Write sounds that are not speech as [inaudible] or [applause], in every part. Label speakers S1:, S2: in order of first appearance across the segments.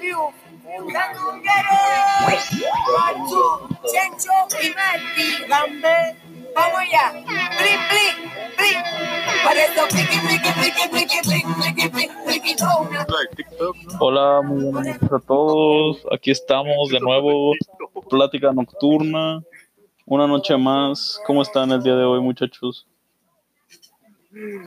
S1: più, da cungare. Guachu, chencho y Marti, gambe. Vamos allá. Bling, bling, bling. Por eso, friki, friki, friki, friki, friki, friki, friki, friki,
S2: Hola, muy buenas noches a todos. Aquí estamos de nuevo, plática nocturna. Una noche más. ¿Cómo están el día de hoy, muchachos?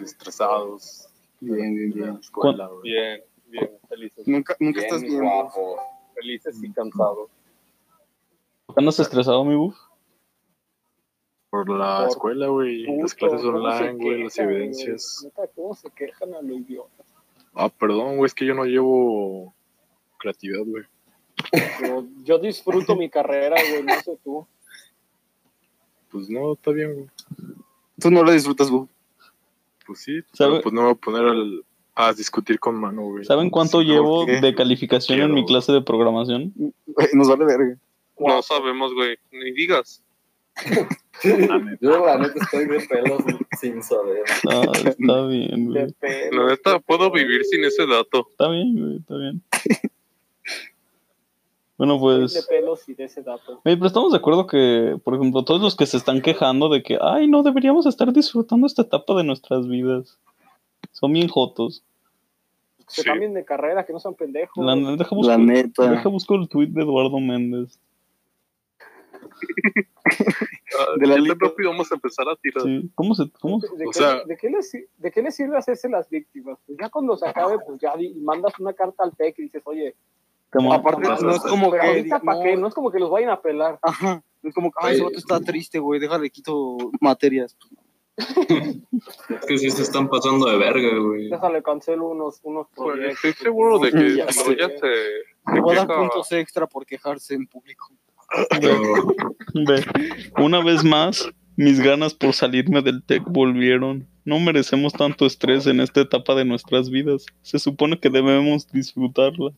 S3: Estresados.
S4: Bien, bien, bien.
S3: Escuela, güey.
S5: Bien, bien, felices.
S4: Nunca, nunca estás
S5: y
S4: bien. güey.
S5: guapos, felices y cansados.
S2: ¿Andas estresado, mi buf?
S3: Por la
S5: Por
S3: escuela, güey. Las
S5: Puto,
S3: clases
S5: ¿cómo se
S3: online, güey. Las
S5: quejan, güey?
S3: evidencias.
S5: Neta, ¿Cómo se quejan a lo idiota?
S3: Ah, perdón, güey. Es que yo no llevo creatividad, güey.
S5: Yo, yo disfruto mi carrera, güey, no sé tú.
S3: Pues no, está bien, güey.
S4: Tú no lo disfrutas, güey. [laughs]
S3: Pues sí.
S2: ¿Sabe-
S3: Pero, pues no me voy a poner al- a discutir con mano, güey.
S2: ¿Saben cuánto
S4: Sí,
S2: llevo
S4: ¿por qué?
S2: de calificación en
S3: Quiero,
S2: mi
S3: güey.
S2: clase de programación?
S4: Güey, Nos vale verga.
S6: No sabemos, güey. Ni digas.
S7: Yo la neta estoy de pelos sin saber.
S2: Ah, está bien, güey.
S5: De pelo.
S6: La neta, puedo vivir sin ese dato.
S2: Está bien, güey, está bien. Bueno,
S5: Soy De
S2: pues...
S5: pelos y de ese dato.
S2: Oye, pero estamos de acuerdo que, por ejemplo, todos los que se están quejando de que, ay, no, deberíamos estar disfrutando esta etapa de nuestras vidas. Son bien jotos.
S5: Que se
S3: Sí.
S5: cambien de carrera, que no sean pendejos.
S2: La, deja, busco,
S4: La neta.
S2: deja busco el tweet de Eduardo Méndez.
S4: De la
S6: Ya
S4: lista.
S6: de propio vamos a empezar a tirar.
S2: Sí. ¿Cómo se...? Cómo?
S5: ¿De,
S3: O
S5: qué,
S3: sea-
S5: ¿de, qué les, ¿De qué les sirve hacerse las víctimas? Pues ya cuando se acabe, pues ya di- mandas una carta al TEC y dices, oye,
S2: te ma-
S4: Aparte,
S3: Vas a
S4: no es
S3: hacer-
S4: como
S5: pero
S4: que.
S5: ahorita para qué, no es como que los vayan a pelar.
S4: Ajá. No es como que, ay, ese vato está triste, güey. Déjale, quito materias.
S8: Es que sí se están pasando de verga,
S7: [laughs]
S8: güey.
S5: Déjale, cancelo unos, unos
S6: Güey,
S5: proyectos.
S6: Pues, Estoy seguro de que
S4: [laughs] Ya
S6: no,
S4: sé.
S6: [laughs] ya se,
S4: Le
S6: se
S4: voy a dar
S6: queja.
S4: puntos extra por quejarse en público.
S8: Pero,
S2: Ve, una vez más, mis ganas por salirme del TEC volvieron. No merecemos tanto estrés en esta etapa de nuestras vidas. Se supone que debemos disfrutarla.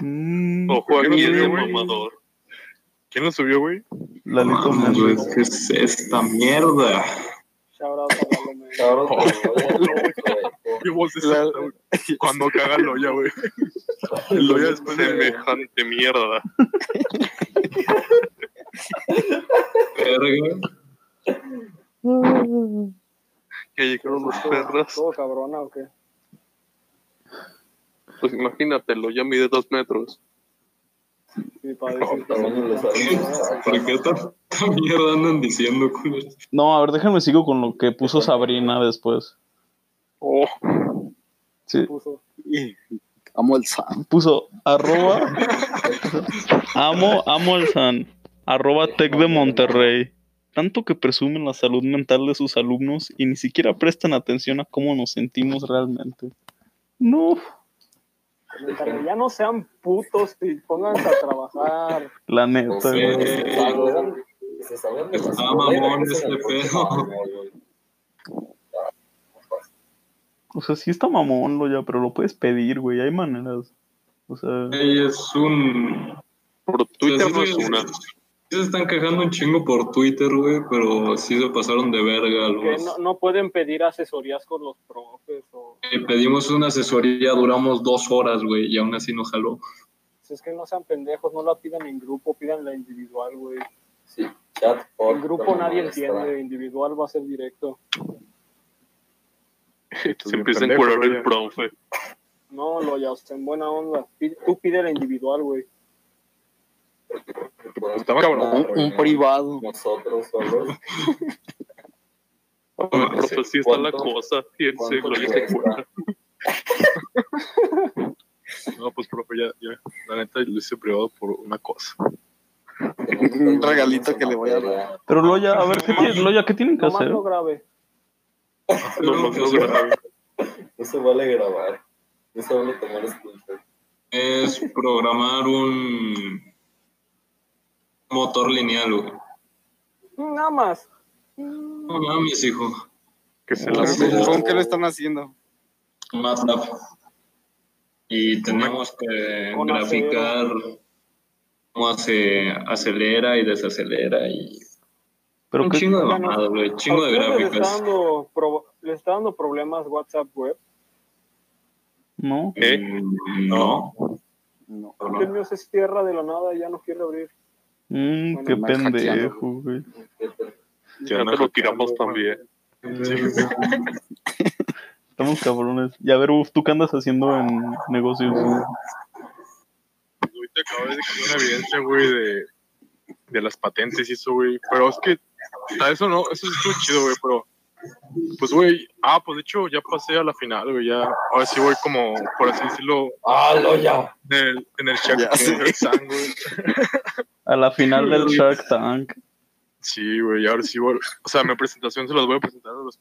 S2: Mm,
S6: Ojo, aquí
S3: Mira,
S6: es el
S3: güey.
S6: mamador.
S3: ¿Quién lo subió, güey?
S2: Lalito
S8: mames,
S2: Méndez.
S8: güey, ¿qué es esta mierda?
S5: Shout out a Lalo Méndez.
S7: Cabrón, te lo voy a decir, güey.
S3: Yo voz de
S4: La-
S3: Santa, güey. Cuando caga el Loya, güey. El Loya después de...
S6: Semejante mierda.
S8: Verga.
S6: Que llegaron los perros.
S5: ¿Todo cabrona o qué?
S6: Pues imagínatelo, ya mide dos metros.
S5: Mi padre sí,
S7: Tamaño los años.
S8: ¿Por qué tanta mierda andan diciendo, culeros?
S2: No, a ver, déjenme sigo con lo que puso Sabrina después.
S6: Oh,
S2: Sí,
S5: puso.
S4: Amo el Sam.
S2: puso arroba amo, amo al san, arroba tech de Monterrey. Tanto que presumen la salud mental de sus alumnos y ni siquiera prestan atención a cómo nos sentimos realmente. No,
S5: Pero ya no sean putos y pónganse a trabajar.
S2: la neta. güey.
S8: Eh,
S7: Se salgan de las
S8: Está mamón
S7: escuelas,
S8: este pedo.
S2: O sea, sí está mamón lo ya, pero lo puedes pedir, güey. Hay maneras. O sea,
S8: Güey, es un...
S6: por Twitter
S8: Sí,
S6: no
S8: sí,
S6: es
S8: sí.
S6: una.
S8: Sí se están quejando un chingo por Twitter, güey, pero sí se pasaron de verga
S5: Que
S8: algunos.
S5: no, no pueden pedir asesorías con los profes o...
S8: Eh, pedimos una asesoría, duramos dos horas, güey, y aún así no jaló.
S5: Si es que no sean pendejos, no la pidan en grupo, pídanla individual, güey.
S7: Sí, chat. por-
S5: En grupo
S7: por-
S5: nadie
S7: está.
S5: entiende, individual va a ser directo.
S3: Estás
S6: Se
S3: bien
S6: empieza a
S3: pendejo,
S6: encuerar el
S3: Loya.
S6: profe.
S5: No, lo ya, o sea, en buena onda. Pi- Tú pide la individual, güey.
S3: Está más cabrón.
S4: Un, un privado.
S7: Nosotros solos.
S6: Con el profe pues sí está la
S7: ¿Cuánto-
S6: cosa. Y él se
S7: cuánto
S6: lo dice.
S7: cuesta?
S3: [laughs] No, pues, profe, ya, ya. La neta, lo hice privado por una cosa.
S4: Un regalito que le voy a dar.
S2: pero Loya, a ver, ¿qué, tiene- Loya, ¿qué tienen que
S5: Nomás
S2: hacer?
S5: no grave.
S6: No, no, no, grave.
S7: No se vale grabar. No se vale tomar screenshot.
S8: Es programar un motor lineal, güey.
S5: Nada más.
S8: No mames, hijo.
S3: Que se
S8: Ah,
S3: la
S8: sí.
S4: ¿Con qué lo están haciendo?
S8: MATLAB. Y tenemos que
S5: Con
S8: graficar cómo hace, acelera y desacelera y
S2: Pero
S8: un
S2: qué-
S8: chingo de
S5: Ya no.
S8: mamadas, güey,
S5: ¿A
S8: chingo de
S5: ustedes les está,
S8: gráficas.
S5: dando pro- le está dando problemas WhatsApp web?
S2: no.
S6: ¿Eh?
S8: Mm, No,
S5: No,
S8: ¿O no?
S5: el mío se cierra de la nada y ya no quiere abrir.
S2: Mm,
S5: Bueno,
S2: qué
S5: más
S2: pendejo, güey.
S3: Ya
S6: Ya
S3: no
S6: te lo
S3: hackeando,
S6: tiramos
S3: güey.
S6: también.
S2: Estamos cabrones. Y a ver, Uf, ¿tú qué andas haciendo en negocios? güey?
S3: Ahorita acabo de sacar una evidencia, güey, de, de las patentes y eso, güey. Pero es que, a eso no, eso es chido, güey, pero. Pues, güey, ah, pues de hecho ya pasé a la final, güey, ya. Ahora sí voy como, por así decirlo,
S7: ¡Ah, lo ya!
S3: en el, en el Shark
S4: Ya
S3: Tank,
S4: sé.
S3: en el exam, güey.
S2: A la final del Shark Tank.
S3: Sí, güey, ahora sí voy. O sea, mi presentación se las voy a presentar a los,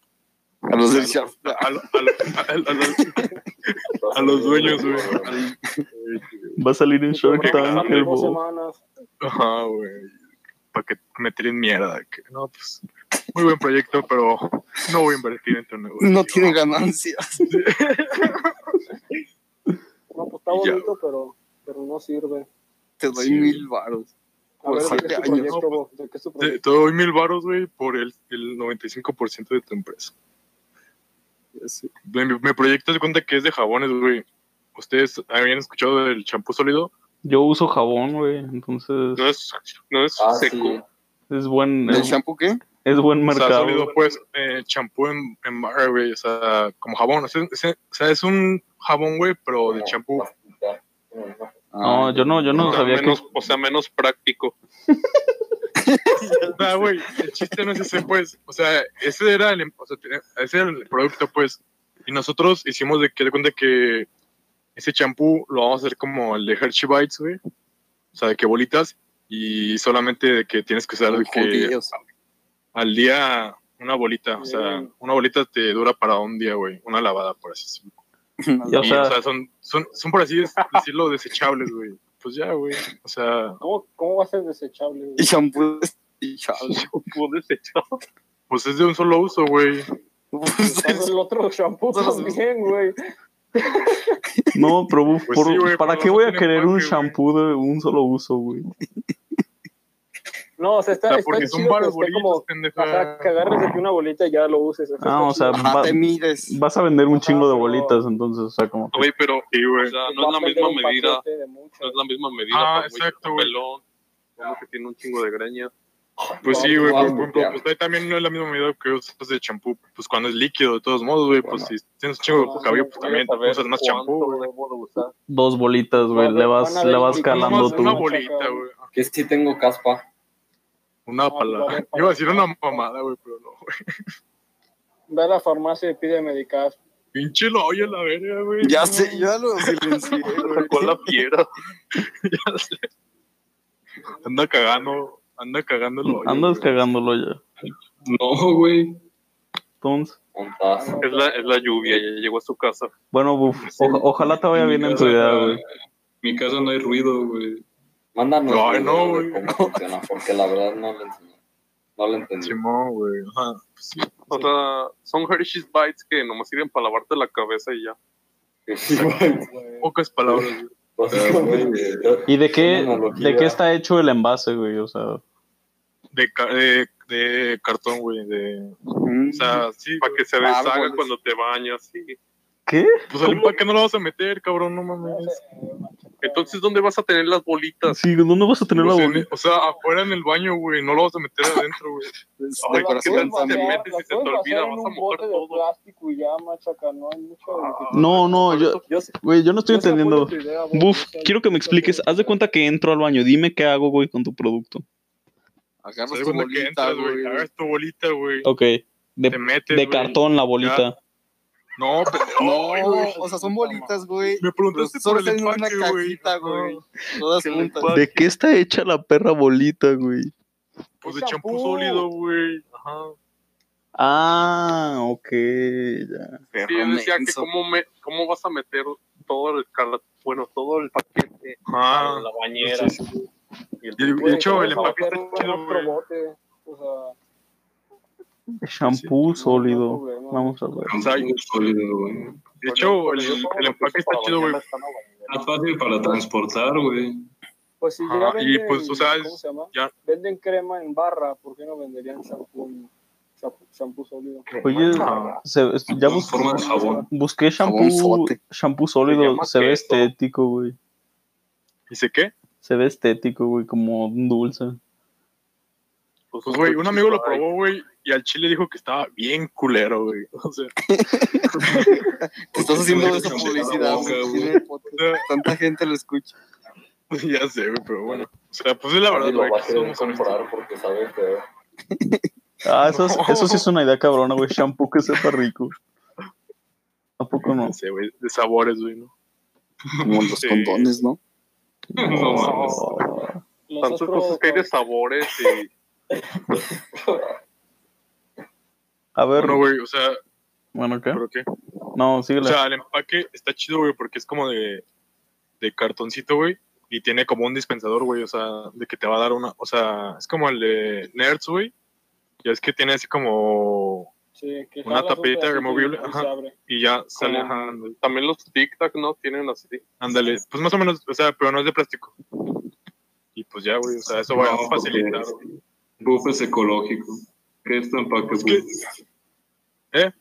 S4: A los del Shaft.
S3: a lo- a lo- a- a los-
S7: Vas
S3: a los dueños,
S7: ver,
S3: güey.
S2: Va a salir en Shark Tank el
S5: dos
S2: bo-
S5: semanas.
S3: Ajá, güey. Para que me tiren mierda. que no, pues. Muy buen proyecto, pero no voy a invertir en tu negocio.
S4: No tiene ganancias.
S5: No, pues está
S3: Y ya,
S5: bonito, pero, pero no sirve.
S4: [laughs] Te doy
S3: Sí.
S4: mil varos.
S5: A ver,
S4: Pues,
S5: ¿de qué es tu
S4: años.
S5: proyecto, Bob? ¿De qué es tu
S3: Te,
S5: proyecto?
S3: te doy mil baros, güey, por el, el 95% de tu empresa. Mi, mi proyecto se cuenta que es de jabones, güey. ¿Ustedes habían escuchado del champú sólido?
S2: Yo uso jabón, güey. Entonces
S6: No es, no es
S7: Ah, sí.
S6: seco.
S2: es buen,
S4: ¿Del
S2: es,
S4: shampoo qué?
S2: es buen
S3: O sea,
S2: mercado.
S3: sólido, pues, eh, champú en, en barra, güey. O sea, como jabón. O sea, es- o sea, es un jabón, güey, pero de
S7: [laughs]
S3: champú.
S7: pastita. No, no.
S2: No, yo no, yo no
S6: o, sea,
S2: sabía que.
S6: menos, o sea, menos práctico.
S3: Nah, güey, el chiste no es ese, pues. O sea, ese era el, o sea, tenía- ese era el producto, pues. Y nosotros hicimos de que de cuenta que ese champú lo vamos a hacer como el de Hershey Bites, güey. O sea, de que bolitas. Y solamente de que tienes que usar de que
S4: Judíos. [laughs]
S3: al día una bolita. O sea,
S5: Bien.
S3: una bolita te dura para un día, güey. Una lavada, por así decirlo.
S2: Y, o
S3: Y, o
S2: sea,
S3: sea, son, son, son por así des- decirlo, desechables, güey. Pues ya, güey. O sea,
S5: ¿Cómo, ¿Cómo va a ser desechable?
S4: [laughs]
S5: güey?
S4: Y shampoo desechable.
S6: Champú desechado.
S3: pues es de un solo uso, güey.
S4: Pues,
S2: [laughs]
S5: Usando el otro shampoo también, güey.
S2: no, pero uf,
S3: Pues
S2: por-
S3: sí, güey,
S2: ¿para
S3: pero
S2: qué
S3: no
S2: voy a
S3: tiene
S2: querer un
S3: empaque, güey.
S2: shampoo de un solo uso, güey?
S5: No, o sea,
S3: O
S5: está,
S3: sea,
S5: está
S3: porque son
S5: chido que
S3: varios
S5: esté
S3: bolitas,
S5: como...
S3: pendeja.
S5: O sea, que agarres aquí una bolita y ya lo uses. eso
S2: Ah,
S5: está
S2: o sea,
S5: chido.
S4: Ajá,
S2: va-
S4: te mides.
S2: vas a vender un
S5: Ajá,
S2: chingo de
S5: pero-
S2: bolitas, entonces, o sea, como. que-
S6: Güey, pero
S3: Sí, güey.
S6: o
S2: Ah,
S6: sea,
S5: Va a
S6: no es la
S5: vender
S6: misma
S5: un
S6: medida.
S5: paquete de mucho.
S6: No es la misma medida
S3: Ah,
S6: para un güey
S3: exacto,
S6: con
S3: güey.
S6: pelón. Uno que tiene un chingo de greña.
S3: Pues sí, güey,
S7: Ah,
S3: por ejemplo,
S7: ya.
S3: pues ahí también no es la misma medida que usas de champú, pues cuando es líquido, de todos modos, güey, pues si tienes un chingo de cabello, pues también
S6: Voy a saber
S3: usas más
S6: cuánto
S3: champú, güey.
S6: debo de usar.
S2: dos bolitas, güey.
S5: Van a-
S2: Le vas,
S5: van a
S2: le
S5: ver
S2: vas
S5: un-
S2: calando
S3: Una,
S2: tú.
S3: una bolita, güey,
S7: Que sí tengo caspa.
S3: una palabra. Iba a decir una mamada, güey, pero no, güey.
S5: Ve a la farmacia y pide medicas.
S3: Pinche lo oye la verga, güey.
S4: Ya
S3: No,
S4: sé, ya lo [laughs] silencié, güey.
S6: Sacó [laughs] la fiera.
S3: ya sé. Anda cagando, anda cagando el hoyo,
S2: Andas
S3: güey.
S2: cagándolo ya.
S8: No, güey.
S2: Entonces,
S7: Montazo.
S6: Es la, es la lluvia, ya llegó a su casa.
S2: bueno, buf, o- ojalá te vaya bien en tu idea, güey.
S8: mi casa no hay ruido, güey.
S7: Mándanos
S3: Ay,
S7: video
S3: no,
S7: de
S3: güey.
S7: cómo funciona, porque la verdad no lo entendí. No lo entendí.
S3: Simón, güey, ajá. Pues sí,
S6: O sea, son Hershey's Bites que nomás sirven para lavarte la cabeza y ya.
S7: [laughs] Sí, güey.
S3: pocas palabras,
S6: [laughs]
S3: güey.
S7: Básicamente, yo-
S2: ¿Y de qué,
S7: Una analogía.
S2: de qué está hecho el envase, güey? O sea,
S3: De, ca- de, de cartón, güey, de... O sea, sí,
S6: Para que se
S4: Árboles.
S6: deshaga cuando te bañas. sí.
S2: ¿qué?
S3: pues al empaque no lo vas a meter, cabrón, no mames.
S6: Entonces, ¿dónde vas a tener las bolitas?
S2: Sí, ¿dónde vas a tener la
S3: Pues en-
S2: bolita?
S3: o sea, afuera en el baño, güey. No lo vas a meter adentro, güey.
S4: Es
S6: Ay,
S4: de
S6: ¿qué
S4: corazón
S6: tal si te
S4: también.
S6: metes y se te olvida, vas a mojar todo.
S5: De plástico y ya, machaca, no hay mucho.
S3: Ah.
S2: No, no, yo,
S5: yo,
S2: güey, yo no estoy
S5: yo sí apoyo
S2: entendiendo.
S5: tu idea, Bob,
S2: Buf,
S5: o sea,
S2: quiero que me expliques. Haz de cuenta que entro al baño. Dime qué hago, güey, con tu producto.
S3: O sea,
S4: Agarras
S3: de
S4: tu
S3: cuenta que
S4: bolita,
S3: entras, güey.
S4: güey.
S3: Agarras tu bolita, güey.
S2: Ok,
S3: Te
S2: de,
S3: metes.
S2: de
S3: güey.
S2: cartón la bolita.
S3: No, pero. Ay,
S4: No,
S3: güey.
S4: o sea, son bolitas, güey.
S3: Me preguntaste
S4: Pero
S3: por
S4: solo
S3: el
S4: está en una
S3: empaque, güey.
S4: cajita, güey. Todas
S6: Que le
S4: juntas.
S6: pa-
S2: ¿De qué está hecha la perra bolita, güey?
S3: Pues
S5: Es
S3: de champú
S5: champú.
S3: sólido, güey. Ajá.
S2: Ah, ok, ya.
S6: Sí, yo decía que
S4: menso.
S6: cómo, me, cómo vas a meter todo el cal- bueno, todo el paquete a
S3: Ajá.
S6: la bañera.
S3: Y el-
S5: güey,
S3: de hecho,
S5: ¿cómo
S3: el
S5: vas a
S3: empaque está
S5: meter un
S3: chido,
S5: otro
S3: güey.
S5: bote? O sea,
S2: Shampoo
S5: no, no hay
S2: sólido.
S5: problema.
S2: Vamos a ver.
S3: O sea,
S8: Muy sólido, güey.
S3: De hecho, el, el empaque está chido, güey.
S8: Está fácil para transportar, güey.
S5: Pues si ya
S3: Ajá,
S5: venden,
S3: y pues, o sea,
S5: ¿cómo
S3: es-
S5: se llama?
S3: ya-
S5: Venden crema en barra, ¿por qué no venderían shampoo, shampoo, shampoo sólido?
S2: Oye,
S3: Ah.
S2: se- ya
S8: Con
S2: busqué,
S8: forma de jabón.
S2: busqué shampoo,
S4: Jabonzote.
S2: shampoo
S6: Se
S2: sólido,
S6: llama
S2: se ve
S6: queso.
S2: estético, güey.
S3: Dice, ¿qué?
S2: Se ve estético, güey, como un dulce.
S3: Pues, güey, un amigo lo probó, güey, y al chile dijo que estaba bien culero, güey. [laughs] O sea,
S4: Te estás haciendo
S8: Mucho
S4: esa
S8: mucho
S4: publicidad,
S8: boca,
S4: güey.
S8: güey.
S4: en el podcast. [laughs] Tanta gente lo escucha.
S3: ya sé, güey, pero bueno. O sea, pues es la verdad,
S7: Nadie lo
S3: güey.
S7: va
S3: que
S7: a querer
S3: somos honestos.
S7: comprar porque sabe que
S2: Ah, eso, es- eso [laughs] sí es una idea cabrona, güey. Shampoo que sepa rico. ¿A poco no?
S3: No
S2: [laughs]
S3: sé, güey, de sabores, güey, ¿no?
S4: Como los
S3: Sí.
S4: condones, ¿no?
S8: No mames.
S2: Oh,
S5: Los has
S6: Tantas
S3: pues,
S6: cosas
S5: probado
S6: que hay de sabores y
S2: A ver,
S3: Bueno, güey, o sea,
S2: bueno, ¿qué?
S3: ¿pero qué?
S2: No,
S3: O
S2: síguele.
S3: sea, el empaque está chido, güey, porque es como de, de cartoncito, güey. Y tiene como un dispensador, güey, o sea, de que te va a dar una. O sea, es como el de Nerds, güey. Ya es que tiene así como.
S5: Sí, que
S3: Una
S5: jalas un
S3: tapita
S5: pedacito y
S3: removible,
S5: se
S3: ajá.
S5: abre.
S3: Y ya sale.
S6: Como-
S3: ajá, ándale.
S6: también los Tic Tac, ¿no? Tienen así.
S3: Ándale, pues más o menos, o sea, pero no es de plástico. Y pues ya, güey, o sea, eso va
S8: No,
S3: a facilitar. güey.
S8: Bufes ecológico. ¿Qué es tu empaque? pues,
S3: Es ¿Eh? que-
S8: bufes?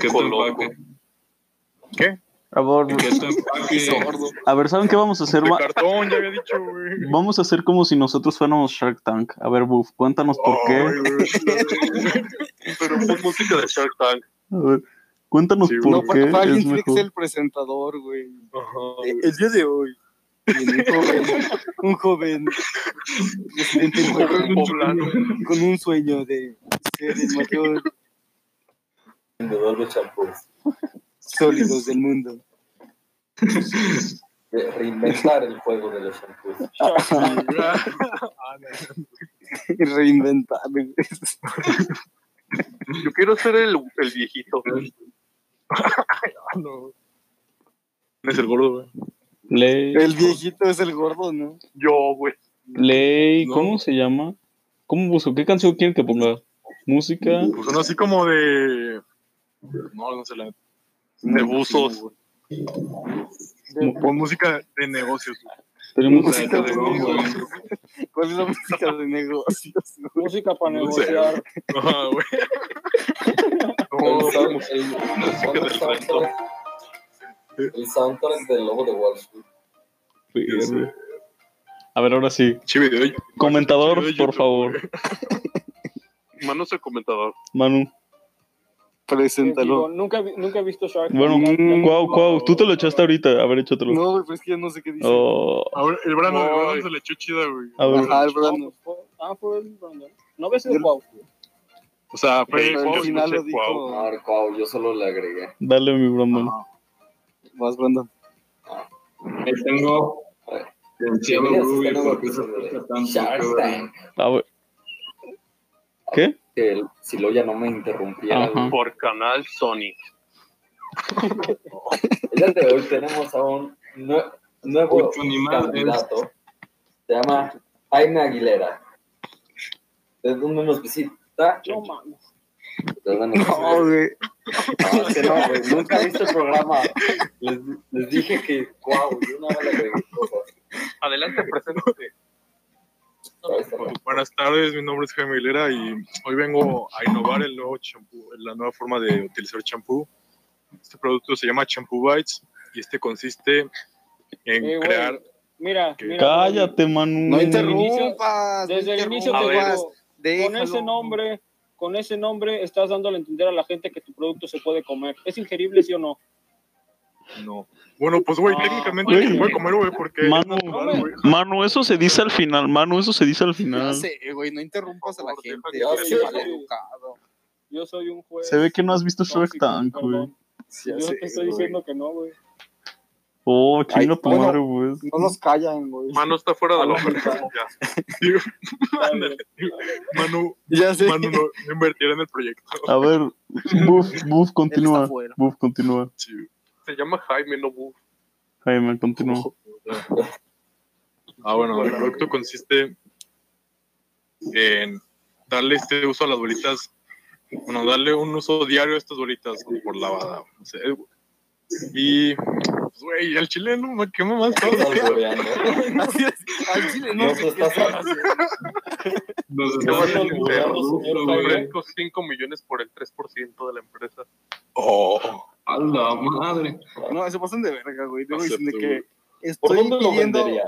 S8: ¿Qué es tu
S6: Ecoloco.
S8: empaque?
S2: A ver,
S8: ¿Qué es
S3: [laughs]
S8: tu empaque?
S4: Sordo.
S2: a ver, ¿saben qué vamos a hacer?
S3: De
S2: [laughs] Va-
S3: cartón, ya había dicho, güey.
S2: Vamos a hacer como si nosotros fuéramos Shark Tank. A ver, Buff, cuéntanos por qué.
S3: Ay, güey.
S6: Pero con música de Shark Tank.
S2: A ver, cuéntanos
S3: Sí,
S2: por
S4: No,
S2: qué
S4: para, para
S2: es
S4: alguien tiene que ser
S2: mejor.
S4: el presentador, güey.
S3: Ajá,
S4: Eh, El día de hoy. viene Un joven, un joven residente en [laughs] Puebla,
S6: Poblano.
S4: con un sueño de ser el mayor
S7: vendedor de champús.
S4: sólidos del mundo. [laughs]
S7: De Eh, reinventar el juego de los champús.
S4: Reinventar.
S6: Yo quiero ser el, el viejito.
S3: Es el gordo, güey.
S2: Ley,
S4: El viejito es el gordo, ¿no?
S6: Yo, güey.
S2: Ley,
S8: No.
S2: ¿cómo se llama? ¿Cómo busco? ¿Qué canción quieren que ponga? ¿Música?
S3: Pues uno así como de. No, no sé la.
S6: De buzos.
S3: Con música de negocios, güey.
S2: Tenemos
S4: Música de
S8: No, güey.
S4: negocios. ¿Cuál es la música de negocios? güey?
S5: Música para
S3: No sé.
S2: [laughs]
S5: negociar.
S3: Ajá, güey.
S7: El
S3: No,
S7: sound- el- ¿cuál es el soundtrack? El soundtrack del lobo de Wall Street.
S2: A ver, ahora sí.
S3: pinche video. yo-
S2: Comentador,
S3: Yo de YouTube,
S2: por favor.
S6: Manos al comentador.
S2: Manu.
S5: Digo,
S4: Preséntalo.
S5: nunca, vi- nunca he visto Shark Tank.
S2: Bueno,
S4: Mm.
S2: Cuau, Cuau, tú te lo echaste ahorita. A ver, échatelo.
S4: No, güey, pero es que yo no sé qué dice.
S2: Oh,
S3: Ahora, el brano, el Brano
S6: Ay.
S3: se le echó chida, güey.
S2: a ver,
S4: Ajá, el
S5: Ah,
S4: Brandon.
S5: pues, fue- Ah, fue el Brandon. No ves el wow.
S3: O sea, fue.
S4: Pero
S3: wow,
S4: al final
S3: escuché,
S4: lo dijo. ah,
S3: wow.
S7: Marco, yo solo le agregué.
S2: dale mi Brandon.
S4: Vas, Brandon.
S8: Ahí tengo. Demasiado
S7: Deberías
S8: groovy,
S7: estar en
S8: ¿por qué se
S7: otro
S8: escucha
S7: de
S8: tanto?
S7: Shark
S8: Qué
S7: Tank.
S2: A ver. ¿Qué?
S7: Que el- si lo ya no me interrumpiera.
S2: Ajá.
S7: güey.
S6: Por canal Sony.
S7: El día de hoy tenemos a un nue- nuevo
S8: Mucho ni más,
S7: candidato. Se llama Jaime Aguilera. ¿De dónde nos visita?
S5: No mames.
S7: ¿De dónde nos
S4: No, güey.
S7: visita? No, es que no, güey, Nunca viste el programa. Les, les dije que, wow, yo una vez le agregué cosas.
S6: Adelante, preséntate.
S7: Ahí está.
S3: Bu- Buenas tardes, mi nombre es Jaime Aguilera y hoy vengo a innovar el nuevo champú, la nueva forma de utilizar champú. Este producto se llama Champú Bites y este consiste en
S5: Eh, güey,
S3: crear.
S5: Mira,
S3: ¿Qué?
S5: mira.
S2: Cállate, Manu.
S4: No
S5: interrumpas,
S4: interrumpas.
S5: Desde el inicio
S6: A
S5: te
S6: ver.
S5: digo, con ese nombre, con ese nombre estás dándole a entender a la gente que tu producto se puede comer. ¿Es ingerible, sí o no?
S3: No. Bueno, pues, güey,
S5: Ah,
S3: técnicamente
S2: güey.
S3: se puede comer, güey, porque.
S2: Manu,
S3: natural, güey.
S2: Manu, eso se dice al final. Manu, eso se dice al
S4: No
S2: final.
S4: sé, güey, no interrumpas a la
S6: Por favor,
S4: gente.
S6: deja que
S4: eres
S5: hable.
S4: maleducado.
S5: Yo soy un juez.
S2: Se ve que no has visto Shark
S5: tóxico,
S2: Tank, güey.
S5: perdón.
S4: Sí,
S5: Yo
S4: ya sé,
S5: te estoy
S4: güey.
S5: diciendo que no, güey.
S2: Oh, chinga tu
S4: Ay, bueno.
S2: madre, güey.
S4: No nos callan, güey.
S6: Mano está fuera de la
S5: Hablando
S6: oferta. Ya.
S5: Ándale.
S3: Manu,
S4: Ya sé.
S3: Manu no no invertirá en el proyecto.
S2: A
S4: [laughs]
S2: ver, Buff, Buff, continúa.
S4: fuera.
S2: Buff, continúa.
S3: Sí.
S6: Se llama Jaime, no Buff.
S2: Jaime, continúa.
S3: Ah, bueno, el producto consiste en darle este uso a las bolitas, bueno, darle un uso diario a estas bolitas por lavada. o sea, y, pues, güey, al chileno, ma- ¿qué mamá
S7: ¿Qué
S3: estaba?
S7: estás albureando?
S4: Así es. Al chile no
S7: Nos
S4: sé qué
S7: estás
S4: está
S8: Nos
S6: Se van
S8: están
S6: a
S8: vendiendo
S6: olvidar los
S8: producto,
S6: señor
S8: güey.
S6: Fresco, 5 millones por el 3% de la empresa.
S3: Oh,
S8: A la madre.
S4: No, se pasan de verga, güey. Luego dicen de
S3: Acepto, güey.
S4: que estoy
S7: ¿Por dónde lo
S4: pidiendo,
S7: vendería?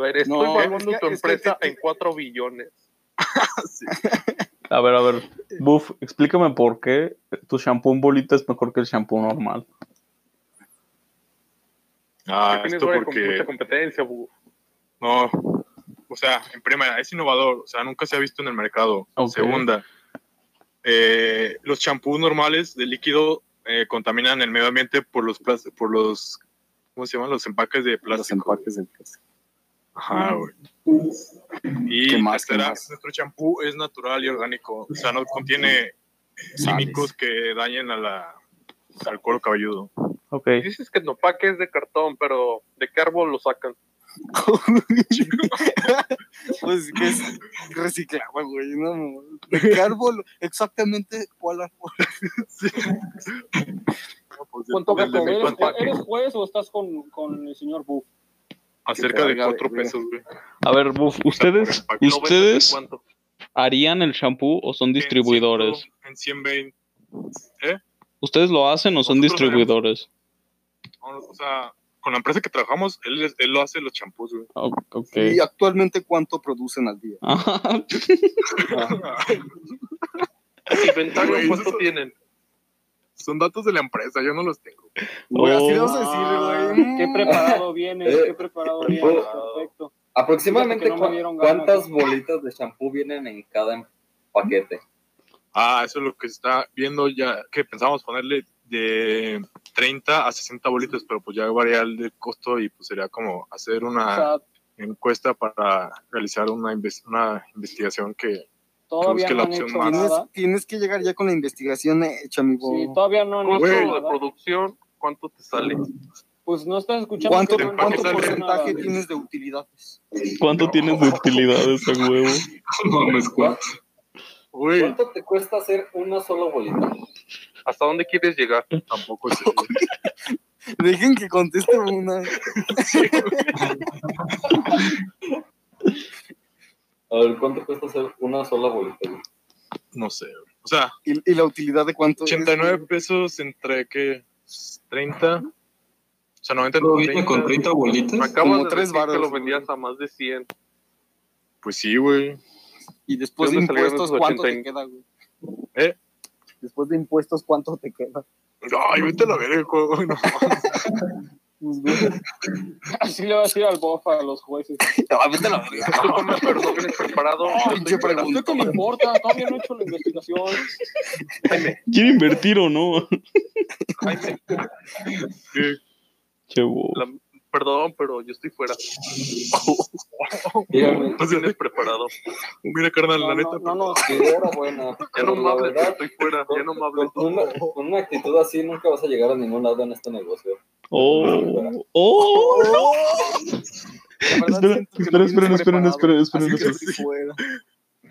S6: ver, estoy
S4: No,
S6: valuando
S4: es que-
S6: tu
S4: es que-
S6: empresa en 4 billones.
S2: A ver, a ver. Buff, explícame por qué tu shampoo en bolita es mejor que el shampoo normal.
S3: Ah,
S6: Tienes
S3: esto
S6: ahora con mucha
S3: porque.
S6: competencia, bu-
S3: No. O sea, en primera, es innovador. O sea, nunca se ha visto en el mercado.
S2: Ok.
S3: Segunda, eh, los champús normales de líquido eh, contaminan el medio ambiente por los, plas- por los. ¿Cómo se llaman? Los empaques de
S4: Los
S3: plástico.
S4: empaques de plástico.
S3: Ajá, güey.
S4: ¿Qué
S3: Y
S4: más, qué
S3: tercera,
S4: más?
S3: nuestro champú es natural y orgánico. O sea, no contiene químicos que dañen a la, al cuero cabelludo.
S2: Ok.
S6: Dices que Nopac es de cartón, pero ¿de qué árbol
S4: [laughs]
S6: lo sacan?
S4: [laughs] Pues que es reciclado, güey. No, mames. ¿De qué árbol? Exactamente cuál árbol. Pues,
S5: Con tu
S3: Del de
S5: Beto,
S3: mi
S5: ¿eres,
S3: compa,
S5: ¿eres juez o estás con, con el señor Buff?
S3: Acerca de
S4: valga,
S3: 4
S4: güey.
S3: pesos, güey.
S2: A ver, Buff, ¿ustedes,
S3: Para que
S6: No vendes en
S2: ¿ustedes
S6: cuánto.
S2: harían el shampoo o son distribuidores?
S3: En 120.
S2: ¿Ustedes lo hacen o son
S3: Nosotros haremos.
S2: distribuidores?
S3: O sea, con la empresa que trabajamos, él, él lo hace los champús, güey.
S2: O- Ok.
S4: ¿Y actualmente cuánto producen al día?
S2: Ajá.
S6: Inventario,
S3: Güey,
S6: ¿cuánto
S3: eso-
S6: tienen?
S3: Son datos de la empresa, yo no los tengo.
S4: Güey, así
S2: Oh.
S4: vamos a decir, güey. Mm,
S5: Qué preparado vienes,
S7: Eh,
S5: qué preparado vienes,
S7: preparado.
S5: perfecto.
S7: Aproximadamente,
S5: Fíjate que no me dieron
S7: cua-
S5: ganas.
S7: ¿cuántas bolitas de shampoo vienen en cada paquete?
S3: Ah, eso es lo que se está viendo ya, que pensábamos ponerle de 30 a 60 bolitas, pero pues ya varía el costo y pues sería como hacer
S5: O
S3: una
S5: sea,
S3: encuesta para realizar una, inves- una investigación que
S5: todavía
S3: busque
S5: no
S3: la
S5: han
S3: opción
S5: hecho
S3: más.
S5: nada.
S4: Tienes,
S2: Pues,
S4: tienes que llegar ya con la investigación hecha, amigo.
S5: Sí, todavía no han
S6: ¿Costo
S3: Güey.
S5: hecho
S6: de
S5: nada.
S6: producción? ¿Cuánto te sale?
S5: Pues no estás escuchando.
S4: ¿Cuánto,
S5: que no han
S3: empaque
S4: cuánto
S5: hecho
S3: sale?
S4: porcentaje
S5: nada.
S4: tienes de utilidades?
S2: ¿Cuánto tienes de utilidades a huevo?
S8: No mames, ¿cuál?
S3: Uy,
S7: ¿Cuánto te cuesta hacer una sola bolita?
S6: ¿Hasta dónde quieres llegar?
S3: tampoco es...
S4: Dejen que conteste una.
S7: A ver, ¿cuánto cuesta hacer una sola bolita? güey?
S3: No sé, güey. o sea,
S4: ¿Y, y la utilidad de cuánto? es, güey?
S3: 89 pesos entre que 30, o sea, 90
S8: ¿Todo
S3: entre
S8: viene con 30
S6: Me
S8: bolitas?
S6: acabas
S4: Como
S6: de
S4: tres
S6: decir
S4: varos,
S6: que lo
S4: güey.
S6: vendías a más de 100.
S3: Pues sí, güey.
S4: Y después de
S6: ¿De dónde salieron
S4: impuestos,
S6: esos
S4: ¿cuánto te
S6: 80?
S4: queda, güey?
S3: ¿Eh?
S4: Después de impuestos, ¿cuánto te [laughs] queda?
S3: Ay, vete a la verga, güey, no.
S4: Pues, güey,
S5: [laughs] Así le vas a ir al bofa a los jueces.
S4: te va, vete a la [laughs] verga.
S6: Discúlpame, pero no vienes preparado.
S4: Pinche
S5: ¿Qué
S4: pregunta.
S5: te le importa? Todavía no he hecho la investigación.
S2: ¿Quiere invertir o no?
S6: Jaime,
S3: ¿Qué?
S2: Che, Buff.
S6: la- Perdón, pero yo estoy fuera.
S7: Mira, güey,
S6: No vienes preparado.
S3: Mira, carnal, [laughs]
S5: No,
S3: la
S5: no,
S3: neta.
S5: no, no.
S7: era
S3: [laughs]
S7: buena.
S6: Ya no
S7: pero
S6: me
S7: la
S6: hables,
S7: verdad,
S6: estoy fuera. Ya no me hables.
S7: Con una, con una actitud así nunca vas a llegar a ningún lado en este negocio.
S2: Oh, oh.
S4: La verdad,
S2: Espera,
S4: siento que
S2: espera,
S4: no
S2: espera,
S4: vienes
S2: espera, espera, espera,
S4: preparado, así que
S2: espera.
S4: estoy fuera.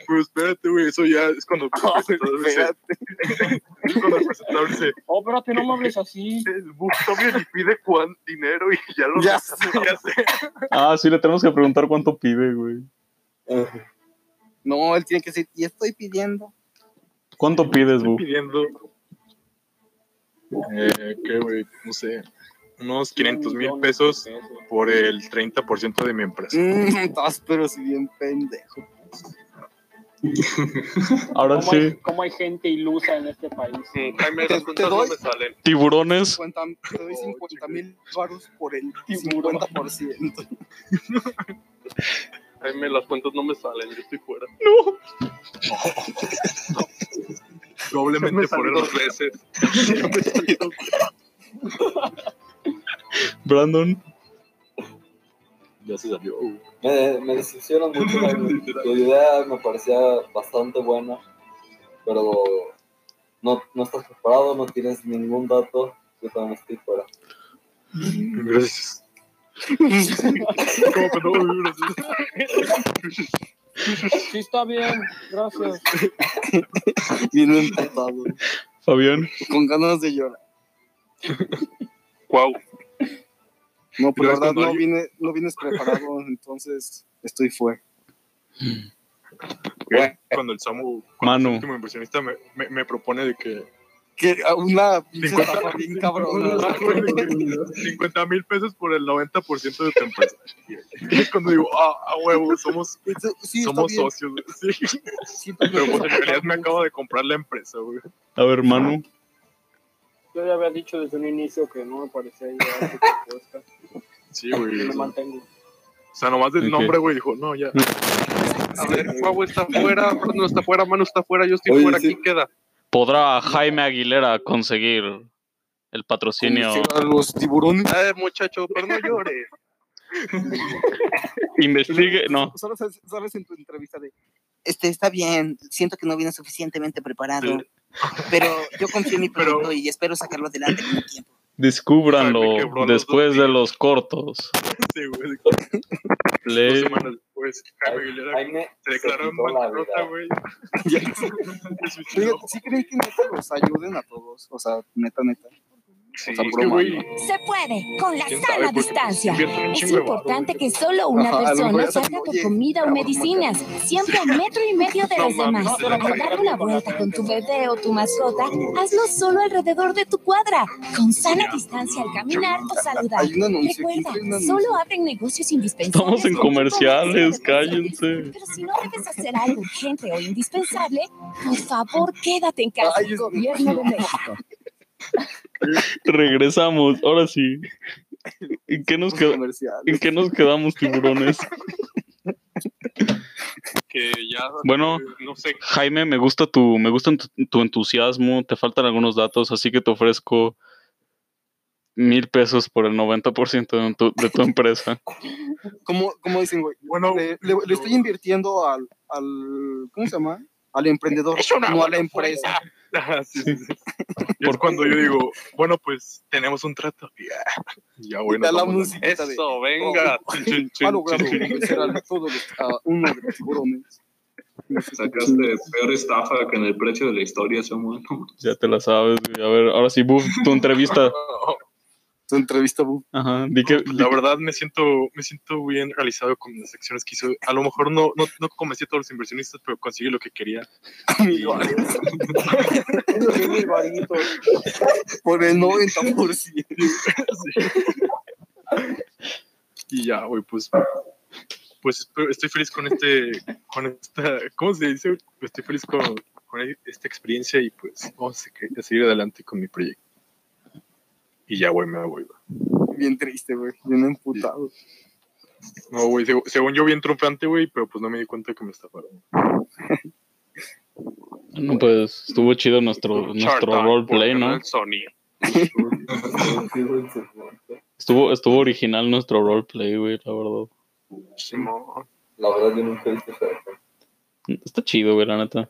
S3: Pues espérate, güey, eso ya es cuando
S6: Ah,
S4: Espérate.
S3: es cuando el presentador dice,
S5: Oh, espérate, no me hables así.
S6: El bus todavía ni pide cuán dinero y ya lo
S4: Ya sé.
S3: ya sé.
S2: Ah, sí, le tenemos que preguntar cuánto pide, güey.
S4: No, él tiene que decir, y estoy pidiendo.
S2: ¿Cuánto pides, Buff?
S3: pidiendo. Eh, ¿Qué, güey? No sé. Unos 500 mil pesos por el 30% de mi empresa.
S4: Mmm, [laughs] estás pero si bien pendejo.
S2: Ahora
S5: ¿Cómo hay,
S2: sí,
S5: cómo hay gente ilusa en este país?
S6: Mm,
S4: [laughs]
S6: Jaime,
S4: Te-
S6: las
S4: te
S6: cuentas no
S4: doy.
S6: me salen.
S2: tiburones.
S4: 50, te doy 50 mil baros por el
S5: Tiburón.
S4: [laughs] 50%.
S6: Jaime, las cuentas no me salen. Yo estoy fuera.
S3: Doblemente
S6: Mm, Me
S3: por
S6: salí
S3: el
S6: dos veces.
S2: Brandon.
S3: Ya se salió.
S7: Me, me
S3: [laughs]
S7: decepciona mucho. la- tu idea me parecía bastante buena, pero no, no estás preparado, no tienes ningún dato. Yo también estoy fuera.
S3: Gracias. ¿Cómo que no? Uy, gracias.
S5: Sí, está bien, gracias.
S4: Bien empatado.
S2: Fabián.
S4: Con ganas de llorar.
S6: Wow.
S4: No, pero la
S3: Gracias,
S4: verdad no,
S3: Mario.
S4: vine, no vienes preparado, entonces estoy fuera.
S3: Cuando el Samu, cuando
S2: Manu.
S3: el último inversionista, me, me, me propone de que
S4: que a una pinche
S3: 50.
S4: estafa bien cabrona. güey.
S3: 50 mil pesos por el 90% de tu empresa. Y es cuando digo, ah, a huevo, somos,
S4: Eso- Sí, está
S3: somos
S4: bien.
S3: socios. güey. Sí.
S4: Siento que
S3: Pero
S4: eso
S3: pues en
S4: está
S3: realidad me
S4: muy-
S3: acabo de comprar la empresa, güey.
S2: A ver, Manu.
S5: Yo ya había dicho desde un inicio que no me parecía ideal este podcast.
S3: Sí, güey.
S5: Me
S3: O
S5: mantengo.
S3: sea, nomás del
S2: Ok.
S3: nombre, güey, dijo, no, ya.
S6: A ver, Mau está fuera, Bruno está fuera, Manu está fuera, yo estoy
S7: Oye,
S6: fuera,
S7: sí.
S6: aquí queda.
S9: ¿Podrá Jaime Aguilera conseguir el patrocinio?
S4: Sí, a Los tiburones.
S6: A ver, muchacho, pero
S4: [laughs]
S6: no llores.
S2: Investigue. No.
S4: Solo sales, sales en tu entrevista de. Este está bien, siento que no viene suficientemente preparado, pero yo confío en mi
S3: Pero-
S4: producto y espero sacarlo adelante con el tiempo.
S3: Ay, me quebró
S9: Descúbranlo
S3: los
S9: después
S3: dos
S9: de
S3: días.
S9: los cortos.
S3: Sí, güey. Dos
S8: Eh, Pues,
S9: Play.
S3: semanas después, Jaime Aguilera
S7: Jaime
S3: se declaró en
S7: quitó la
S3: bancarrota,
S7: vida.
S3: güey.
S4: Ya.
S3: Se suicidó.
S4: ¿sí creen que neta los ayuden a todos? O sea, neta, neta.
S3: Sí,
S4: o sea,
S3: es que,
S4: broma,
S3: güey,
S1: Se puede, con la
S3: quién
S1: sana
S3: sabe, Pues, porque
S1: distancia.
S3: invierten un
S1: Es
S3: chingo de barro,
S1: importante
S3: güey.
S1: que solo una
S4: Ajá, a lo mejor
S1: persona
S4: ya
S1: salga
S4: saben,
S1: por
S4: oye,
S1: comida o
S4: cabrón,
S1: medicinas, siempre a metro y medio de
S3: [laughs] No
S1: los
S3: mames,
S1: demás.
S3: no,
S1: Para
S3: pero-
S1: dar una vuelta con tu bebé o tu mascota, hazlo solo alrededor de tu cuadra, con sana distancia al caminar o saludar.
S4: Hay un anuncio.
S1: Recuerda,
S4: siempre hay un anuncio.
S1: solo abren negocios indispensables.
S2: Estamos en
S1: con
S2: comerciales,
S1: tu comercio de
S2: cállense.
S1: Pero si no debes hacer algo urgente o indispensable, por favor, quédate en casa.
S4: Ay, es-
S1: Gobierno de México.
S2: Regresamos. Ahora sí. ¿En qué nos, qued-
S4: comercial.
S2: ¿en qué nos quedamos, tiburones?
S6: Que ya,
S9: Bueno,
S6: no sé,
S9: Jaime, me gusta tu, me gusta tu, tu entusiasmo, te faltan algunos datos, así que te ofrezco mil pesos por el 90% de tu, de tu empresa.
S4: Como, como dicen, güey,
S3: Bueno,
S4: le, le- le estoy invirtiendo al, al. ¿Cómo se llama? Al emprendedor,
S6: Es una
S4: no a la
S6: buena
S4: empresa.
S3: [laughs] Ah, Ajá, sí, sí, sí. Y es cuando yo digo, bueno, pues tenemos un trato. Y Ya, y ya
S4: Y da
S3: bueno.
S4: la
S3: vámonos.
S4: musiquita de.
S6: eso, venga.
S4: Oh, [laughs] Ha logrado convencer a todos los, a uno de los tiburones.
S8: Sacaste peor estafa que en el precio de la historia, Samuel. [laughs]
S2: Ya te la sabes, güey. A ver, ahora sí, Buf, tu entrevista.
S3: [laughs]
S4: Tu entrevista, Bu.
S2: Ajá. Di que, di- [laughs]
S3: La verdad me siento, me siento bien realizado con las acciones que hizo. A lo mejor no, no, no convencí a todos los inversionistas, pero conseguí lo que quería. Y-
S4: Por el 90%.
S3: Y ya, güey, pues. Pues espero- estoy feliz con este. Con esta, ¿Cómo se dice? Estoy feliz con, con esta experiencia y pues vamos a que- a seguir adelante con mi proyecto. Y ya, güey, me voy. güey.
S4: Bien triste, güey. Bien emputado.
S3: No, güey, seg- según yo, bien trompeante, güey, pero pues no me di cuenta que me estafaron.
S2: no, pues estuvo chido nuestro, Pues nuestro roleplay, ¿no?
S6: Sony.
S2: Estuvo, estuvo original nuestro roleplay, güey, la verdad.
S7: La verdad, yo nunca he visto eso.
S2: Está chido, güey, la neta.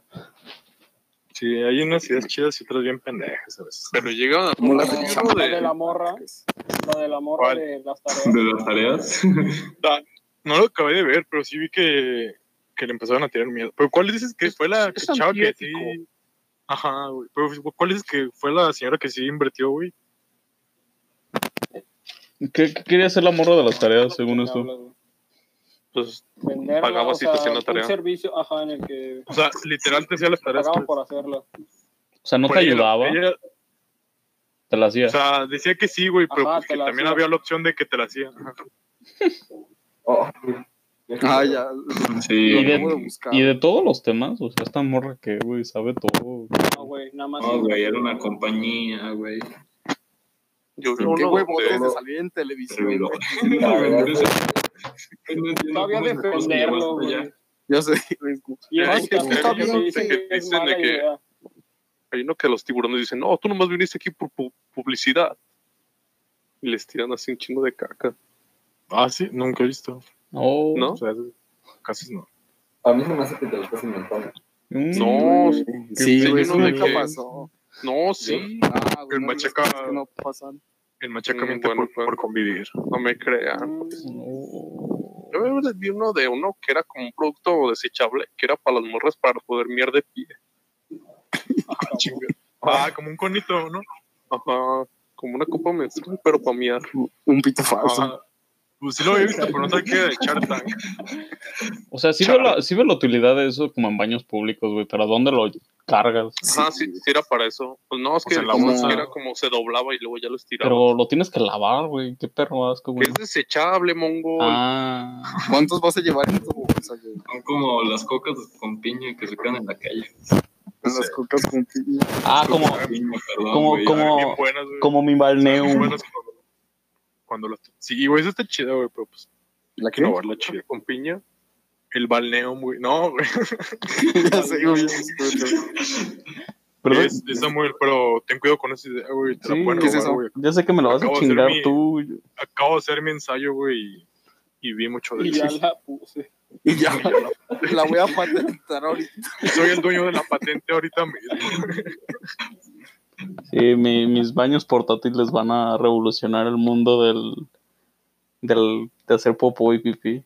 S3: Sí, hay unas ideas chidas y otras bien pendejas a veces.
S6: Pero llegaron a
S4: Como las
S5: La de la
S6: [laughs]
S5: morra, la de la morra
S3: ¿Cuál?
S5: de las tareas.
S8: De las tareas.
S3: No lo acabé de ver, pero sí vi que, que le empezaron a tirar miedo. ¿Pero cuál dices que fue la
S6: es
S3: chava que sí?
S6: antiético.
S3: Ajá, güey. Pero ¿cuál dices que fue la señora que sí invirtió, güey?
S2: ¿Qué, qué quería hacer la morra de las tareas, según
S5: que
S2: esto?
S5: habla, güey.
S6: Pues,
S5: Venderla,
S6: Pagamos
S5: o
S6: si
S5: sea,
S6: tú haciendo tarea.
S5: Un servicio, ajá, en el que
S3: O sea, literal te hacía las tareas.
S5: pagamos
S3: pues.
S5: por hacerla.
S2: O sea, no te
S3: Por ella,
S2: ayudaba,
S3: ella-
S2: te la hacía.
S3: o sea, decía que sí, güey, pero
S5: Ajá,
S3: pues
S5: te
S3: que
S5: la
S3: también
S5: hacía.
S3: había la opción de que te la hacían. Ajá.
S7: Oh,
S4: Ah, ya.
S2: y,
S8: Sí.
S4: lo acabo de
S2: de,
S4: buscar.
S2: y de todos los temas, o sea, esta morra que, güey, sabe todo.
S5: No, güey, nada más.
S8: No, güey, era una compañía, güey.
S6: yo vi
S4: Qué
S6: uno
S4: huevo
S6: de-
S4: de salir en televisión.
S8: Servidor.
S4: güey.
S7: la verdad,
S8: No entiendo
S5: Todavía
S8: cómo esas cosas
S5: defenderlo,
S8: llevan hasta
S5: güey.
S8: allá.
S4: Yo sé, güey.
S5: Y
S6: Ay,
S5: eso
S6: que
S5: también
S4: está
S5: que
S4: bien,
S5: dicen
S6: que
S5: que es
S6: dicen de
S5: mala
S6: que-
S5: idea.
S6: Hay uno que los tiburones dicen, no, tú nomás viniste aquí por pu- publicidad. Y les tiran así un chingo de caca.
S3: Ah, sí, nunca he visto.
S2: No.
S6: ¿No?
S3: O sea, casi no.
S7: A mí se me hace que te lo estás inventando.
S2: Mm,
S6: No,
S4: Sí,
S2: sí,
S4: güey,
S2: sí,
S4: eso nunca
S6: sí.
S4: pasó.
S6: no, sí.
S4: Ah, güey,
S3: El
S4: no digas
S3: machaca-
S4: cosas que no pasan.
S3: El
S6: Mm,
S3: machacamiento
S6: bueno,
S3: por,
S6: claro.
S3: por convivir.
S6: No me crean.
S2: No.
S6: Yo me vi uno de uno que era como un producto desechable, que era para las morras para poder miar de pie.
S3: Chinga. Ah, como un conito, ¿no?
S6: Ajá, como una copa menstrual, pero para miar.
S4: Un pito falso.
S3: Ah, pues sí lo he visto, pero no sé qué de Shark Tank.
S2: O sea, sí veo, la, sí veo la utilidad de eso como en baños públicos, güey, pero ¿dónde lo cargas.
S6: Ah, sí, sí era para eso. Pues no, es
S3: O
S6: que
S3: sea, la
S6: como
S3: bolsa.
S6: era como se doblaba y luego ya lo estiraba.
S2: Pero lo tienes que lavar, güey. Qué perro asco,
S6: Que
S2: güey.
S6: es desechable, mongo.
S2: Ah,
S4: ¿Cuántos vas a llevar en tu bolsa, güey?
S8: Son como las cocas con piña que se quedan en la calle.
S4: En las cocas con piña.
S2: ah
S3: [laughs]
S2: como,
S8: Piña, perdón,
S2: como,
S8: güey.
S2: como,
S3: buenas, güey.
S2: como mi
S3: Están bien
S2: balneo.
S3: buenas cuando- Cuando las. Sí, güey, eso está chido, güey, pero pues.
S4: ¿La qué?
S3: Quiero verla chida con piña. El balneo, güey. No, güey.
S4: [laughs] Ya sé, güey.
S2: Perdón,
S3: Es, es Samuel, pero ten cuidado con esa idea, güey. Te
S2: Sí,
S3: la pueden
S4: ¿qué es
S3: robar,
S4: eso?
S3: güey.
S2: ya sé que me lo vas a
S3: Acabo de hacer
S2: chingar
S3: mi-
S2: tú.
S3: Acabo de hacer mi ensayo, güey, y, y vi mucho de
S5: Y ya
S3: eso.
S5: la puse.
S4: Y [laughs] ya, la voy a patentar ahorita.
S3: [laughs] Soy el dueño de la patente ahorita mismo.
S2: Sí, mi- mis baños portátiles van a revolucionar el mundo del, del de hacer popó y pipí.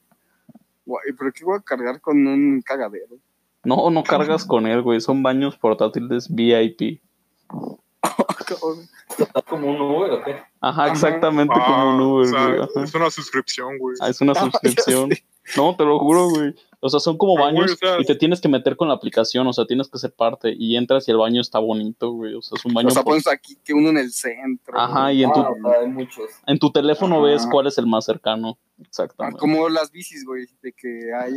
S4: Guay, pero ¿qué voy a cargar con un cagadero? [laughs]
S2: No, no cargas con él, güey. Son baños portátiles VIP.
S4: Cabrón.
S7: Está como un Uber, ¿o qué?
S2: Ajá,
S4: Ajá.
S2: exactamente como un
S3: Ah, o
S2: Uber,
S3: sea,
S2: güey. Ajá.
S3: es una suscripción, güey.
S2: Ah, Es una
S4: Ah, [laughs] ya
S2: suscripción. No, te lo juro, güey. O sea, son como
S3: Pero, Ah, güey,
S2: baños
S3: o sea-
S2: y te tienes que meter con la aplicación, o sea, tienes que ser parte y entras y el baño está bonito, güey. O sea, es un baño.
S4: O sea, pues
S2: por-
S4: pones aquí que uno en el centro.
S2: Ajá, y en
S7: Ah,
S2: tu,
S7: o sea, hay muchos.
S2: en tu teléfono
S4: Ajá.
S2: ves cuál es el más cercano.
S4: Ah,
S2: Exactamente.
S4: Como las bicis, güey, de que hay...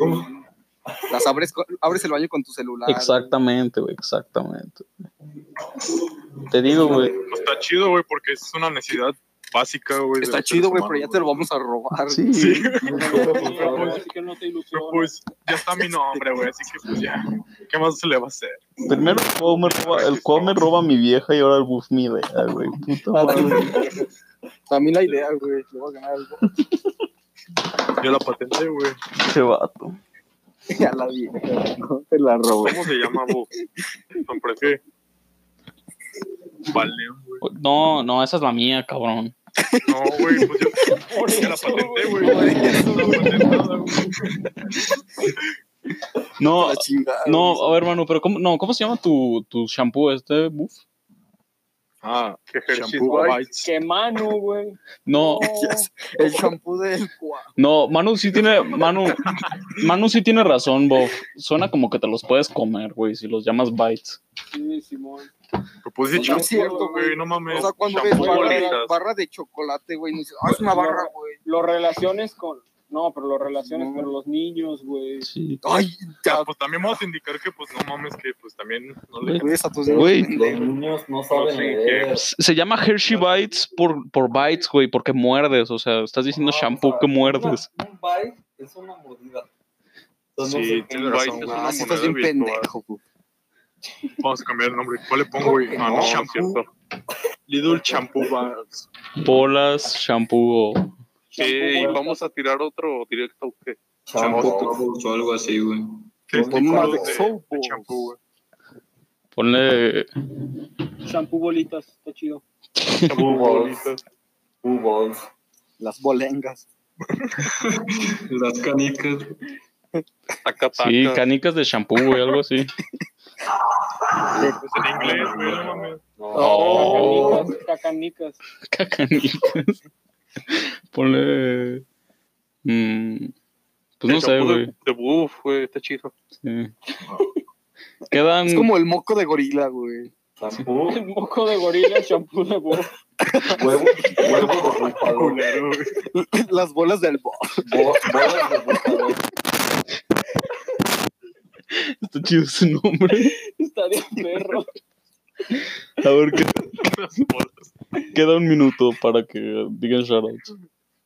S4: Las abres, co- abres el baño con tu celular.
S2: Exactamente, güey, exactamente. Te digo, güey.
S3: Pues está chido, güey, porque es una necesidad básica, güey. de
S4: Está
S3: los
S4: chido, güey,
S3: seres
S4: pero ya
S3: humanos,
S4: te lo vamos a robar.
S2: Sí.
S4: [laughs]
S3: Sí,
S5: Así que no te
S3: pero
S5: ilusiones.
S3: pues ya está mi nombre, güey, así que pues ya. ¿Qué más se le va a hacer?
S2: Primero el Cuau me roba, el Cuau me roba mi vieja y ahora el Buff mi idea, güey. Puta madre.
S4: A mí la idea, güey, le voy a ganar algo.
S3: Yo la patente, güey.
S2: Ese vato.
S4: [laughs] Ya la vi. No te la robo.
S6: ¿Cómo se llama, Bo? Hombre,
S3: ¿Qué? Balneo, güey.
S2: No, no, esa es la mía, cabrón.
S3: No, güey, pues yo,
S5: Por
S3: yo la
S5: eso,
S3: patenté,
S5: güey.
S3: güey. Yo la patentada, güey.
S2: No,
S4: La chingada, güey.
S2: no, a ver, hermano, pero ¿cómo, no, ¿cómo se llama tu, tu shampoo este, Buff?
S3: Ah,
S6: que Hershey's
S3: shampoo
S6: White.
S3: bites.
S5: Que mano, güey.
S2: No,
S4: Ya sé, El champú del cuá.
S2: no, Manu sí tiene, Manu, Manu sí tiene razón, Buff. Suena como que te los puedes comer, güey, si los llamas bites.
S5: Sí, Simón.
S3: Pues puse
S4: No es
S3: champú,
S4: cierto,
S3: güey, no mames.
S4: O sea, cuando ves
S6: Champú,
S4: barra,
S6: bolitas.
S4: barra de chocolate, güey, no dices, ah, es una barra, güey.
S5: Lo relaciones con. No, pero lo relaciones con los niños, güey.
S2: Sí.
S4: Ay, ya,
S3: Ah, pues también vamos a indicar que, pues, no mames, que, pues, también no le...
S2: Güey.
S4: güey, a tus
S2: Güey,
S7: Los niños no saben
S6: sí,
S7: leer.
S2: Se llama Hershey Bites por, por bites, güey, porque muerdes. O sea, estás diciendo
S7: No,
S2: shampoo
S7: o sea,
S2: que muerdes.
S7: una- un bite es una mordida. Entonces,
S3: Sí,
S7: no sé,
S3: tienes
S7: un
S3: razón,
S7: bite
S3: güey.
S7: es
S4: Ah,
S7: una
S4: sí, estás
S3: moneda
S4: bien
S3: virtual.
S4: pendejo, güey.
S3: Vamos a cambiar el nombre. ¿Cuál le pongo, güey? Ah, no,
S6: No,
S3: shampoo.
S6: cierto.
S3: Lidl Shampoo Bars.
S2: Bolas, shampoo o.
S6: ¿Qué? ¿Y vamos a tirar otro directo o qué?
S8: Shampoo
S7: chamba.
S8: Tubos o algo así, güey.
S4: Con más de
S3: Shampoo,
S4: softball.
S3: güey.
S2: Ponle.
S5: Shampoo bolitas, está chido.
S3: Shampoo
S7: balls.
S3: bolitas.
S7: Two balls.
S4: Las bolengas.
S8: Las canicas.
S6: Taca, taca.
S2: Sí, canicas de shampoo, güey, algo así.
S3: Es en inglés, güey, no mames.
S7: No,
S2: Oh.
S5: Cacanicas, cacanicas.
S2: Canicas. Ponle. mm, pues no
S6: El
S2: sé,
S6: shampoo de-
S2: güey.
S6: De buff, güey, está chido.
S2: sí. Quedan.
S4: Es como el moco de gorila, güey. [laughs]
S5: [laughs]
S7: shampoo,
S5: El moco de gorila, el shampoo de bo.
S7: huevo, huevo de búfalo,
S3: Culero, güey.
S4: Las bolas del bo.
S7: bo- bolas de búfalo,
S2: Está chido su nombre.
S5: Está bien perro.
S2: [laughs] A ver, qué- queda un minuto para que digan shoutouts.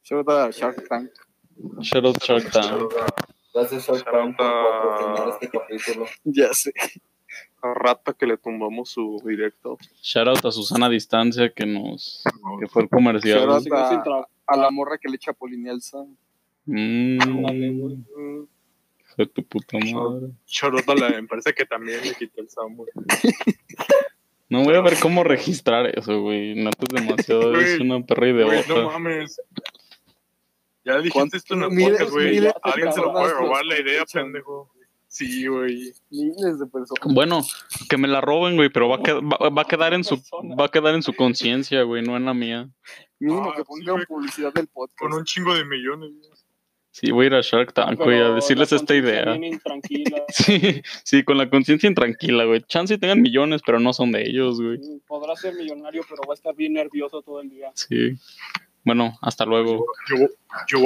S4: Shout out a Shark Tank.
S2: Shoutout Shark Tank.
S7: Gracias, Shark Tank, por patrocinar este capítulo.
S4: Ya sé.
S6: A rata que le tumbamos su directo.
S2: Shoutout a Susana Distancia que nos. que fue el comercial.
S4: Shout
S2: güey.
S4: out
S5: Se quedó sin trabajo.
S4: A la morra que le echa al san.
S5: Ándale,
S2: Mm,
S5: güey.
S2: hijo de tu puta madre.
S3: Chorota la empresa que también le quitó el Samu.
S2: No voy a ver cómo registrar eso, güey. No es
S3: [laughs]
S2: demasiado.
S3: Güey,
S2: es una perra
S3: Güey,
S2: ideota.
S3: no mames. Ya dijiste
S4: ¿Cuánto?
S3: esto en el
S4: Miles,
S3: podcast, güey.
S4: miles de
S3: Alguien se lo puede
S4: personas
S3: robar
S4: nos
S3: la idea,
S4: escuchan.
S3: pendejo. Sí, güey.
S4: Miles de personas.
S2: Bueno, que me la roben, güey, pero va a, qued- va, va a quedar en su
S5: Persona.
S2: va a quedar en su conciencia, güey, no en la mía.
S4: Mínimo
S3: Ah,
S4: que
S3: sí,
S4: pongan
S3: güey.
S4: publicidad del podcast.
S3: Con un chingo de millones. güey.
S2: Sí, voy a ir a Shark Tank, güey, a
S5: Pero
S2: decirles
S5: la
S2: esta
S5: conciencia
S2: idea.
S5: bien intranquila.
S2: [laughs] Sí, sí, con la conciencia intranquila, güey. Chance y tengan millones, pero no son de ellos, güey.
S5: Podrá ser millonario, pero va a estar bien nervioso todo el día.
S2: Sí. Bueno, hasta luego.
S10: Yo, yo